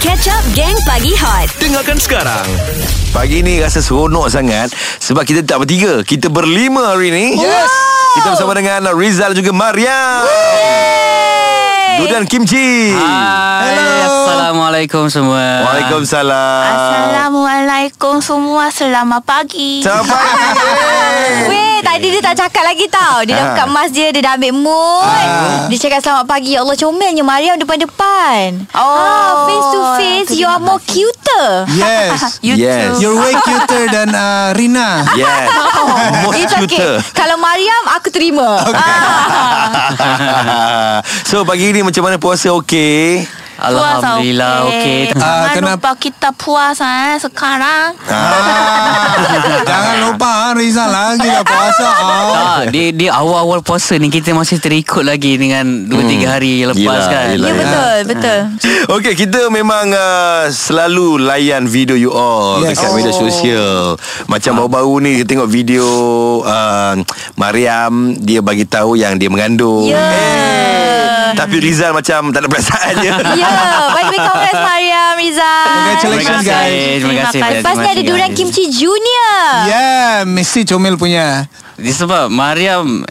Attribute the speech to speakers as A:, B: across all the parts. A: Catch Up Gang Pagi Hot
B: Dengarkan sekarang Pagi ni rasa seronok sangat Sebab kita tak bertiga Kita berlima hari ni Yes Kita bersama dengan Rizal juga Mariam Dudan Kimchi
C: Hai, Assalamualaikum semua.
B: Waalaikumsalam
D: Assalamualaikum semua Selamat pagi
B: Sampai
A: Weh tadi dia tak cakap lagi tau Dia dah
B: Ah.
A: buka emas dia Dia dah ambil mood Dia cakap selamat pagi Ya Allah comelnya Mariam depan-depan
D: Oh.
A: ah, Face to face You are more cuter
E: Yes.
B: You Yes. too.
E: You're way cuter than uh, Rina.
B: Yes
A: Oh,
B: Most
A: It's okay
B: cuter
A: Kalau Mariam aku terima ah.
B: So pagi ni macam mana puasa okey
C: Alhamdulillah, okey. Okay.
D: okey. Jangan
E: Ah, kena-
D: lupa kita puasa eh, sekarang
E: Ah, jangan lupa ah, Rizal lagi tak puasa. Ah.
C: Tak, di, di awal-awal puasa ni kita masih terikut lagi dengan 2-3 hari lepas
B: Hmm. Yelah,
C: kan.
A: Ya
B: yelah, yelah.
A: betul Betul
B: Okey, kita memang uh, selalu layan video you all yes.
E: Yes.
B: dekat oh.
E: Oh. Ah.
B: media sosial. Macam baru-baru ni kita tengok video uh, Mariam dia bagi tahu yang dia mengandung.
A: Ya.
B: Eh, Tapi Rizal macam tak ada perasaan je.
A: Ya Baik-baik congrats Mariam Rizal
E: Congratulations
C: Terima kasih,
E: guys.
C: terima kasih.
D: Terima kasih.
A: Lepas ni ada Duran Kimchi Junior
E: Yeah, Ya, Messi comel punya.
C: Dia sebab Mariam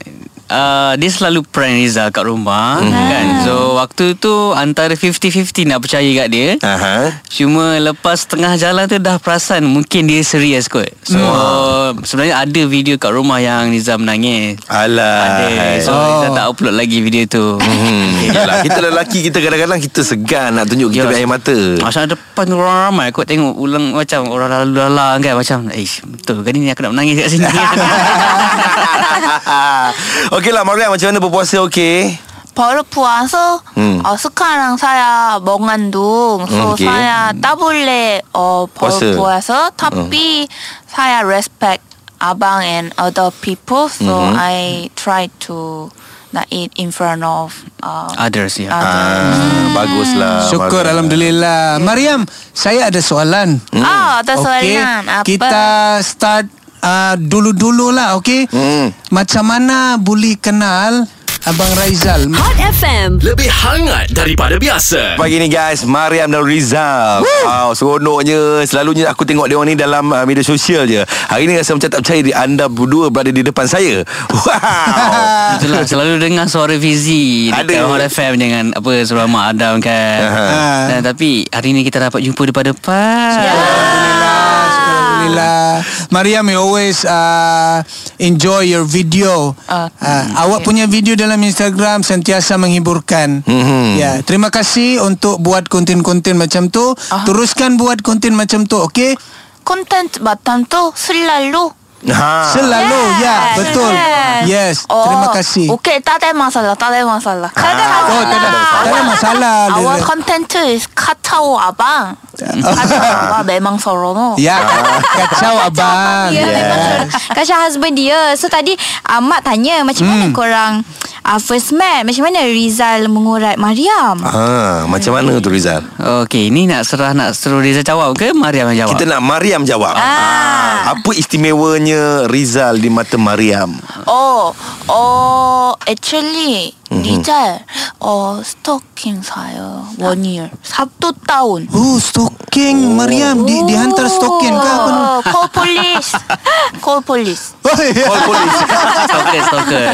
C: Uh, dia selalu prank Rizal kat rumah
B: Hmm.
C: kan So waktu tu Antara 50-50 nak percaya kat dia
B: Aha.
C: Cuma lepas tengah jalan tu Dah perasan Mungkin dia serius kot So
B: Hmm.
C: sebenarnya ada video kat rumah Yang Rizal menangis
B: Alah.
C: Ada So oh. kita tak upload lagi video tu
B: Hmm, yalah, kita lelaki kita kadang-kadang kita segan nak tunjuk kita
C: Ya.
B: punya air mata.
C: Masa depan tu orang ramai Aku tengok ulang macam Orang lalu lalang kan Macam Ish betul ke ni Aku nak menangis kat sini
B: Okeylah Mariam macam mana berpuasa okey? Hmm.
D: 바로 부어서
B: 음.
D: 어, 스카랑 사야
B: 음,
D: 멍한둥 소
B: 오케이.
D: 사야 따블레 어 바로
B: 벌써.
D: 부어서 탑비 사야 respect abang and other people so I try to not eat in front of uh,
C: Others ya
D: others.
B: Ah,
A: Hmm.
B: baguslah.
E: Syukur
B: Mariam.
E: Alhamdulillah. Mariam, saya ada soalan.
D: 아, 어떤
E: Okey,
D: 소리는 아빠.
E: Kita start uh, dulu-dulu lah, okay?
B: Hmm.
E: Macam mana boleh kenal Abang Raizal?
A: Hot FM
F: Lebih hangat daripada biasa.
B: Pagi ni guys Mariam dan Rizal wow, Seronoknya Selalunya aku tengok dia orang ni Dalam uh, media sosial je Hari ni rasa macam tak percaya di- Anda berdua berada di depan saya Wow
C: Itulah selalu dengar suara Fizi
B: Ada.
C: Dekat Hot FM Dengan apa Surah Mak Adam kan Dan, Tapi hari ni kita dapat jumpa depan-depan
E: Alhamdulillah, syukur Alhamdulillah. Mariam, you always uh, enjoy your video. Uh, awak punya video dalam Instagram sentiasa menghiburkan.
B: Mhm.
E: Ya, terima kasih untuk buat konten-konten macam tu. Teruskan buat konten macam tu, okey?
D: 콘텐츠 마탐도 슬랄로
B: ha.
E: Selalu, ya,
D: Yes. Oh.
E: betul. Yes, terima kasih.
D: 오케이 따대 마살라 따대 마살라. 따대
E: Oh, tak ada, tak ada masalah.
D: Our content is 카차오 아방. 카차오 아방 매망서로노.
E: Ya, kacau abang.
A: Ya yeah. Kak Syah husband dia So tadi uh, Mak tanya Macam mana
B: Hmm.
A: korang uh, First met Macam mana Rizal mengurat Mariam
B: ha. Macam mana tu Rizal
C: Okey ni nak serah Nak suruh Rizal jawab ke Mariam yang jawab
B: Kita nak Mariam jawab ah. Apa istimewanya Rizal di mata Mariam
D: 어, 어, actually 니잘 어 스토킹 사요 원이얼 삽도 다운.
E: Oh, stalking Mariam di dihantar stalking ke
D: Oh.
E: apa? ni?
D: 콜 폴리스. 콜 폴리스.
E: Oh, ya.
B: All police
C: Stalker
B: Oh
C: Stalker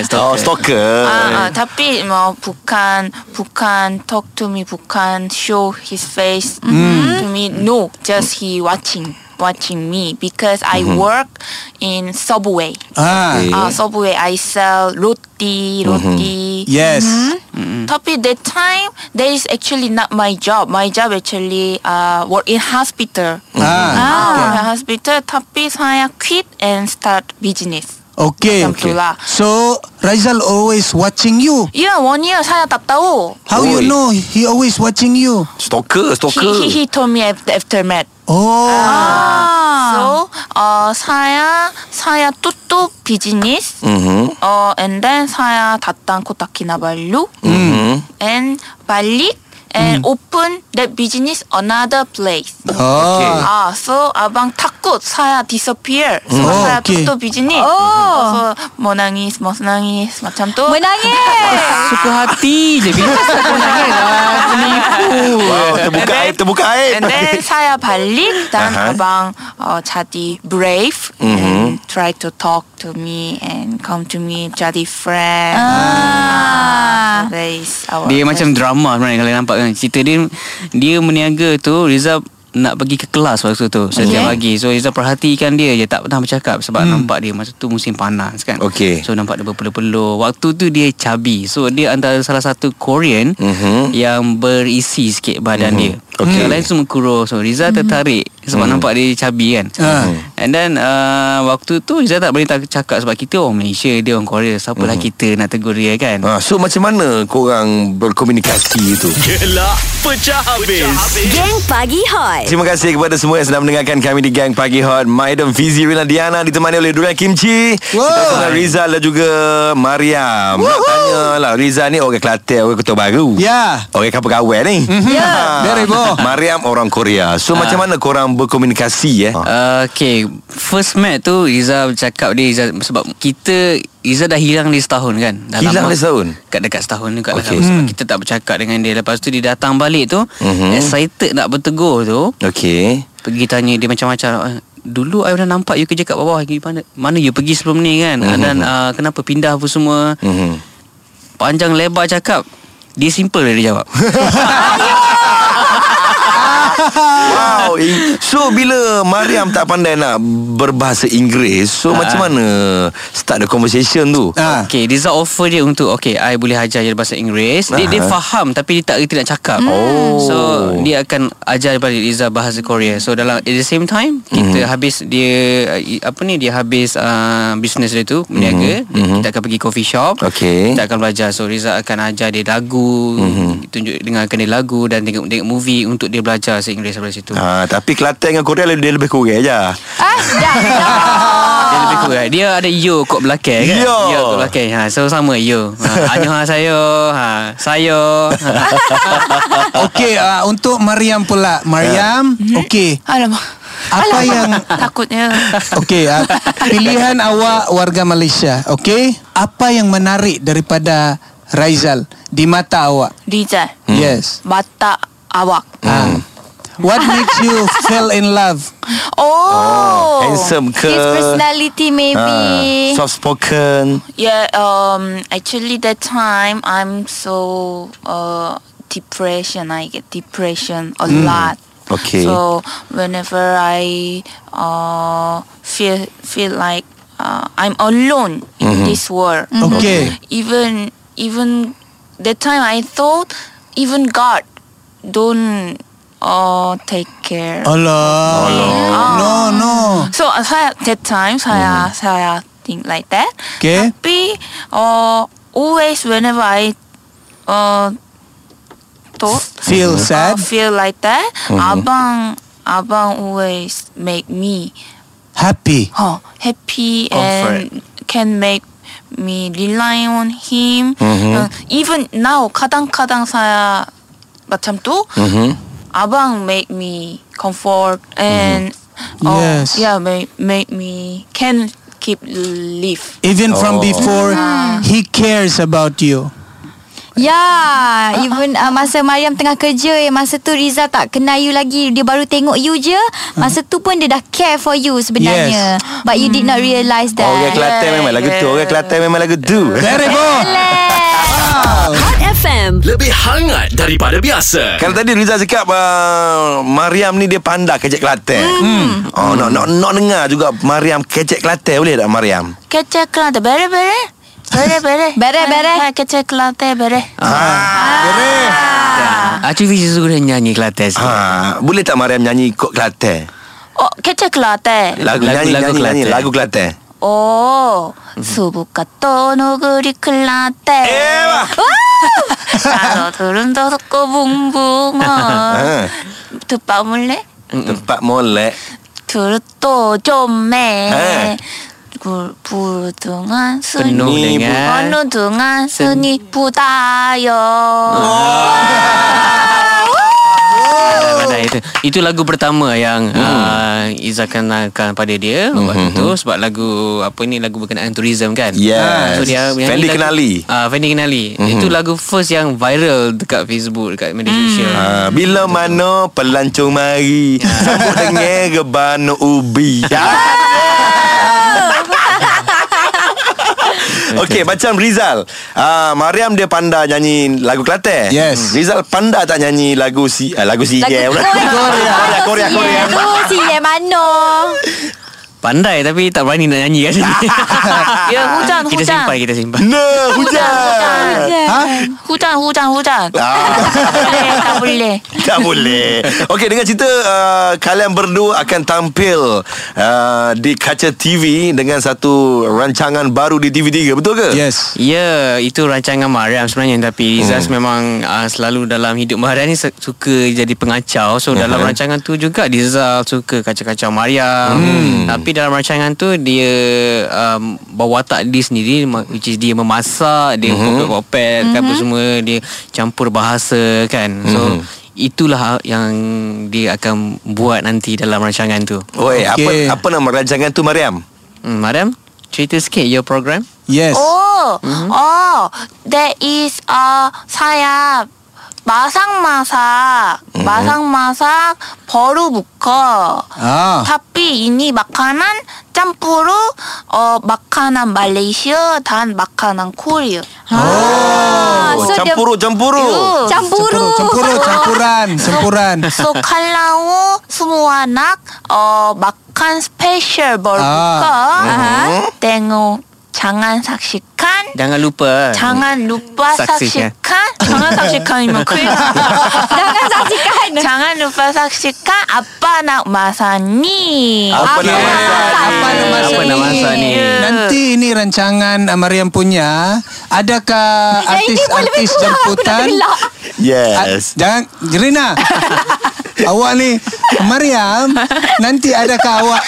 C: Eh, Stalker
B: stalker
D: 아, 아, 답이 뭐 북한 북한 talk to me 북한 show his face to me no just he watching watching me because I work in subway.
E: Ah,
D: Uh, subway I sell roti roti.
E: yes.
D: Hmm. 음. Tapi that time that is actually not my job. My job actually uh work in hospital.
E: Ah,
D: Ah, work in hospital. Tapi saya quit and start business.
E: okay.
D: Macam tu lah.
E: So Raizal always watching you.
D: Yeah, one year saya tak tahu.
E: How
B: Oi.
E: you know he always watching you?
B: Stalker Stalker
D: He, he, he told me after, after met.
E: Oh,
D: So, uh, 사야 사야 뚜뚜 비즈니스.
B: Mhm.
D: Uh, and then 사야 다딴 코타키나발루.
B: Mhm.
D: And 발리. And open that business another place.
E: oh.
D: Ah, so abang takut saya disappear. So
E: Oh,
D: saya
E: okay.
D: tutup bisnis.
A: Oh.
D: So menangis, menangis macam tu.
A: Menangis
C: Suka hati je Bila suka menangis kan? ah, Penipu
B: Wow, terbuka
D: And then-
B: aib, terbuka aib.
D: And then saya balik dan
B: Aha.
D: abang uh, jadi brave and try to talk to me and come to me jadi friend.
A: 아.
D: Ah. so that is our
C: Oh, Dia macam drama sebenarnya Kalau nampak kan Cerita dia Dia meniaga tu Rizal nak pergi ke kelas waktu tu
A: Okay.
C: Setiap pagi So Rizal perhatikan dia je Tak pernah bercakap Sebab hmm. nampak dia Masa tu musim panas kan
B: Okay.
C: So nampak dia berpeluh-peluh Waktu tu dia chubby So dia antara salah satu Korean
B: Mhm.
C: Yang berisi sikit badan
B: Mhm.
C: dia
B: Okay.
C: Yang lain semua kurus So Rizal tertarik Sebab nampak dia chubby kan
E: Ah.
C: And then uh, Waktu tu Rizal tak boleh tak cakap Sebab kita orang Malaysia Dia orang Korea Siapalah kita nak tegur dia kan
B: Ha, so macam mana korang berkomunikasi itu?
F: Gelak pecah habis.
G: Geng Pagi Hot.
B: Terima kasih kepada semua yang sedang mendengarkan kami di Gang Pagi Hot. Maidam Fizi Rina Diana ditemani oleh Durian Kimchi.
E: Wow.
B: Kita dengan Rizal dan juga Mariam. Nak tanya lah Rizal ni orang Kelantan, orang Kota Baru.
E: Ya.
B: Orang kapal kawan ni. Ya.
E: Very boh.
B: Mariam orang Korea. So macam mana korang berkomunikasi eh?
C: Uh, okay First met tu Iza cakap dia Iza, Sebab kita Iza dah hilang dia setahun kan dah
B: Hilang dia setahun?
C: Dekat, dekat setahun dekat
B: Okay. Hmm.
C: okay. lah, Sebab kita tak bercakap dengan dia Lepas tu dia datang balik tu
B: Mhm.
C: Excited nak bertegur tu
B: Okay.
C: Pergi tanya dia macam-macam "Ah, Dulu I dah nampak you kerja kat bawah you mana, mana you pergi sebelum ni kan
B: Mhm.
C: mm-hmm. Dan uh, kenapa pindah apa semua
B: Mhm.
C: Panjang lebar cakap Dia simple dia jawab
B: Wow. In- So bila Mariam tak pandai nak berbahasa Inggeris, so
C: Ah.
B: macam mana start the conversation tu?
E: Ah.
C: Okay Rizal offer dia untuk Okay I boleh ajar dia bahasa Inggeris Dia, dia
B: Aha.
C: faham Tapi dia tak reti nak cakap
B: Oh.
C: So dia akan ajar balik Rizal bahasa Korea So dalam At the same time
B: Mhm.
C: Kita habis dia uh, i- Apa ni Dia habis uh, Business dia tu Meniaga
B: Mhm.
C: Kita akan pergi coffee shop
B: Okay.
C: Kita akan belajar So Rizal akan ajar dia lagu
B: Mhm.
C: Tunjuk dengarkan dia lagu Dan tengok, tengok movie Untuk dia belajar bahasa Inggeris daripada situ
B: Ha, tapi Kelantan dengan Korea dia lebih kurang je.
A: Ah, dah.
C: Dia lebih kurang eh. Dia ada yo kat belakang kan
B: Ah. Yo.
C: Yo kat belakang ha, So sama yo ha, Anyoha saya ha, Saya ha.
E: Okey, ah, untuk Mariam pula. Mariam, okey.
D: Alamak.
E: Apa yang
D: Takutnya
E: Okey, ah, pilihan awak warga Malaysia. Okey, apa yang menarik daripada Raizal di mata awak?
D: Rizal
E: Yes.
D: mata awak.
E: Ah. What makes you fell in love?
D: Oh.
B: Handsome ke?
A: His personality maybe.
B: Ah, soft spoken.
D: Yeah, um actually that time I'm so uh depression. I get depression a lot.
B: Okay.
D: So whenever I uh feel feel like uh, I'm alone in this world.
E: Okey.
D: Even even that time I thought even God don't uh take care.
E: Allah. No, no.
D: So uh, saya that time saya saya think like that.
E: Hmm. Okay.
D: Tapi uh, always whenever I uh, thought
E: Feel
D: uh,
E: sad. Mm-hmm.
D: feel like that, abang abang always make me
E: Happy.
D: huh, happy and can make me rely on him.
E: Mm-hmm.
D: Uh, even now kadang-kadang saya macam tu
B: Mm-hmm.
D: abang make me comfort and oh,
E: Yes.
D: yeah make, make me can keep live
E: Even
B: Oh.
E: from before, he cares about you.
A: Ya, yeah, even uh, masa Mariam tengah kerja eh, masa tu Rizal tak kenal you lagi. Dia baru tengok you je. Masa tu pun dia dah care for you sebenarnya.
E: Yes.
A: But you did not
B: Hmm.
A: realise that.
B: Orang Kelantan
D: Yeah,
B: memang lagu tu.
D: yeah.
B: Orang Kelantan memang lagu tu.
E: Terrible.
A: Relax.
G: Hot FM.
F: Lebih hangat daripada biasa.
B: Kalau tadi Rizal cakap uh, Mariam ni dia pandai kecek Kelantan. Hmm. Oh, nak nak nak dengar juga Mariam kecek Kelantan boleh tak Mariam?
D: kecil kelate bere bere bere bere
A: Bere, bere.
D: Ha, kecil kelate bere
C: Acu Fizi suruh dia nyanyi Kelantan sikit.
B: Ha, boleh tak Mariam nyanyi kok Kelantan?
D: oh kecil kelate
B: Lagu, lagu
C: Lagu-
B: nyanyi
C: lagu
B: nyanyi, nyanyi
C: Kelantan.
B: lagu Kelantan.
D: oh 수북과 또 노그리 클라테
B: Ewah.
D: 나도 들은 더럽고 붕붕어 듣바물래
B: Tempat molek.
D: 들또 좀매 Eh.
B: 에.
D: 굴 부르등한 순이
C: Penuh
B: Ni
C: dengan
D: 어느 등한 순이 부다요
C: Pandai tu itu lagu pertama yang
B: Hmm.
C: uh, Iza kenalkan pada dia waktu tu sebab lagu apa ni lagu berkenaan tourism kan.
B: Yes.
C: So dia menyanyi
B: Fendi
C: lagu-
B: Kenali. Hmm.
C: Ah Fendi Kenali. Itu lagu first yang viral dekat Facebook dekat media sosial.
B: Ah, bila mana pelancong mari Sambut dengan rebana ubi Ya. Okey macam Rizal ah, Mariam dia pandai nyanyi lagu Kelantan Hmm.
E: Yes.
B: Rizal pandai tak nyanyi lagu si ah, Lagu si
A: Lagu
B: Korea Korea Korea
A: Tu si Ye Mano
C: Pandai tapi tak berani nak nyanyi kat sini.
D: Ya, hujan,
C: kita
D: hujan.
C: simpan, kita simpan.
B: No hujan
E: Ha?
D: Hujan, hujan, hujan.
B: ah.
D: tak boleh.
B: Tak boleh Okey dengan cerita uh, Kalian berdua akan tampil uh, Di kaca TV Dengan satu rancangan baru di TV3 Betul ke?
E: Yes.
C: Ya, itu rancangan Mariam sebenarnya tapi Rizaz memang uh, selalu dalam hidup Mariam ni se- suka jadi pengacau. So dalam rancangan tu juga Rizal suka kacau-kacau Mariam. Tapi dalam rancangan tu dia um, bawa watak dia sendiri ma- which is dia memasak, dia popet-popet kan apa semua, dia campur bahasa kan. So itulah yang dia akan buat nanti dalam rancangan tu.
B: Oi,
E: Okey.
B: apa apa nama rancangan tu Mariam?
C: Hmm, Mariam, cerita sikit your program.
E: Yes.
D: Oh, oh, there is a sayap. 마삭마삭, 마삭마삭, 버루 묶어.
E: Ah.
D: 파피 이니 마카난 짬뿌루 어 마카난 말레이시아 단 마카난 코리아
A: ha,
B: Oh,
A: so dia-
B: campuru campuru.
A: Campuru
E: Campuru, campuran, campuran.
D: 소 칼라우 스무아낙 어 마칸 스페셜
B: 아, 네.
A: 아하.
D: 벌부커 땡오 장안 삭식한
B: 네.
C: Jangan lupa. eh.
D: 장안 루빠
C: 삭식해.
D: 삭식한 장안 삭식한이면 큰일 나
A: Jangan saksikan
B: 네.
D: 장안 루빠 삭식한 아빠나 마사니
B: Apa nama rancangan?
E: Ya. Apa nama
C: Apa nama
E: saya
C: saya
E: ni?
C: ni?
E: Nanti ini rancangan ah, Mariam punya. Adakah
A: Saya ni pun lebih kurang Aku
E: artis-artis
A: nak
E: jemputan?
A: gelak
E: A-
B: Yes.
E: Jangan Jerina. awak ni Mariam, nanti adakah awak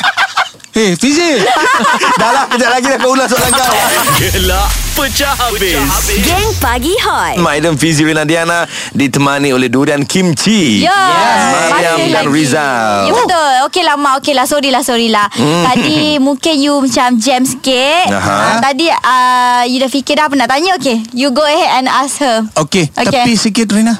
E: Eh, Fizi.
B: Dah lah kejap lagi dah kau ulas soalan kau.
F: Gelak pecah habis.
G: Geng Pagi Hot.
B: Maidam Fizi Renadiana ditemani oleh durian kimchi.
A: Ya
B: Mariam
A: Masih
B: dan
A: lagi.
B: Rizal.
A: Ya betul Okey lah Mak Okey lah sorry lah sorry lah Tadi mungkin you macam jam sikit Ah,
B: Aha.
A: Tadi ah, you dah fikir dah apa nak tanya Okey You go ahead and ask her
E: Okey,
A: Okey.
E: tepi sikit Rina.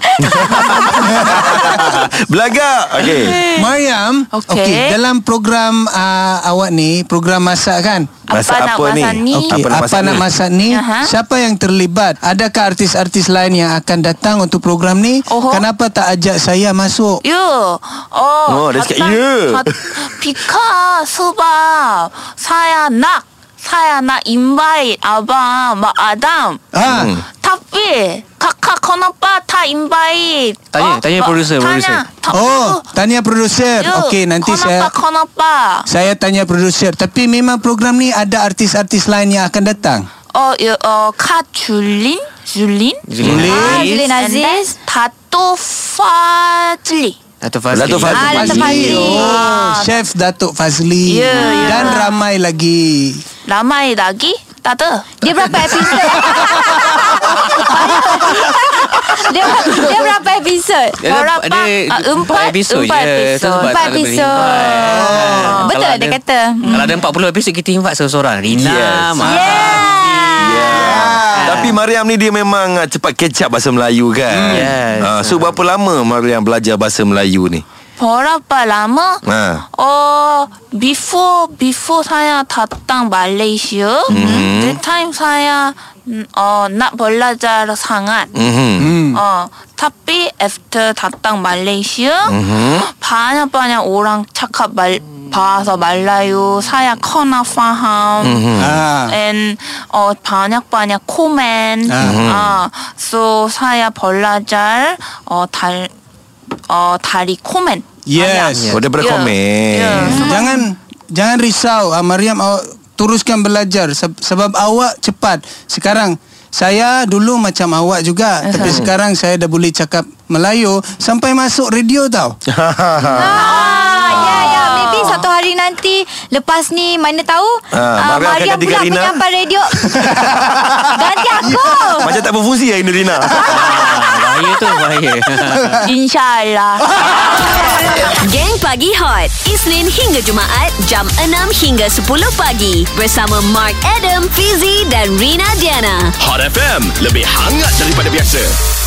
B: Belagak. Okey.
E: Mariam,
D: Okey.
E: dalam program uh, awak ni, program masak kan?
B: Masa
D: 아빠나
B: apa ni?
D: 마사니
B: Okey.
E: Okey,
B: Apa nak
E: apa,
B: masak ni?
E: nak masak ni?
D: Aha.
E: Siapa yang terlibat? Adakah artis-artis lain yang akan datang untuk program ni?
D: Oho.
E: Kenapa tak ajak saya masuk?
D: 유, 어,
B: 어, 렛츠 겟 유.
D: 가- 비카, 수밥, 사야, 낙, 사야, 낙, 인바이, 아바, 마, 아담,
E: Ah,
B: Hmm.
D: 탑비, 카카, 커너빠, 타, 인바이. 어?
C: 다니엘, 다니엘 producer, producer.
E: Oh, tanya produser. Okey, nanti saya
D: 커너빠, 커너빠.
E: saya tanya produser. Tapi memang program ni ada artis-artis lain yang akan datang.
D: 어, 유, 어, 카, 줄린, 줄린.
C: Zulin
A: Ah,
C: Aziz
A: Zulin Aziz
D: 다또, 파즐리.
C: Dato' Fazli
B: Dato' Fazli.
A: Ah, Dato' Fazli.
E: Oh, Chef Datuk Fazli
D: Ya, ya.
E: dan ramai lagi.
D: 라마의 낙이, 따드.
A: Dia berapa episod dia, dia berapa episod
C: Dia ada-
D: Berapa?
C: ada
D: Ah, empat-
C: episod
D: empat
C: je.
D: episod.
C: Satu
A: Empat
C: tak boleh
A: episod.
C: imbat.
A: Betul
C: Kalau
A: dia
C: ada-
A: kata.
C: Kalau ada 40 episod Kita imbat seorang-seorang Rina
B: Yes.
C: Mak
B: Yeah. Tapi Mariam ni dia memang ah, cepat kecap bahasa Melayu kan.
C: Yes.
B: Ah, so berapa lama Mariam belajar bahasa Melayu ni?
D: 버라빠 라마
B: Ha.
D: 어 비포 비포 사야 다땅 말레이시아 네타임 사야 음, 어나 벌라자르 상한
B: Mhm.
D: 어 탑비 애프터 다땅 말레이시아 바냐 바냐 오랑 차카 말 봐서 말라유 사야 커나
B: Hmm.
D: 파함
E: Ah.
D: and 어 반약 반약 코맨 아 so 사야 벌라잘 어달어 다리 코맨
E: Yes.
B: Oh daripada
D: Ya.
B: komen.
D: Ya.
E: Jangan jangan risau ah, Mariam awak teruskan belajar Seb- sebab awak cepat. Sekarang saya dulu macam awak juga tapi sekarang saya dah boleh cakap Melayu sampai masuk radio tau.
A: Ah, ya ya maybe satu hari nanti lepas ni mana tahu ah,
B: Ah, Mariam akan
A: Mariam
B: ganti
A: pula
B: Karina.
A: penyampai radio. ganti aku.
B: Ya, Macam tak berfungsi ya Indurina.
C: Bahaya Bahaya tu bahaya
D: InsyaAllah
G: Geng Pagi Hot Isnin hingga Jumaat Jam 6 hingga 10 pagi Bersama Mark Adam Fizi dan Rina Diana
F: Hot FM Lebih hangat daripada biasa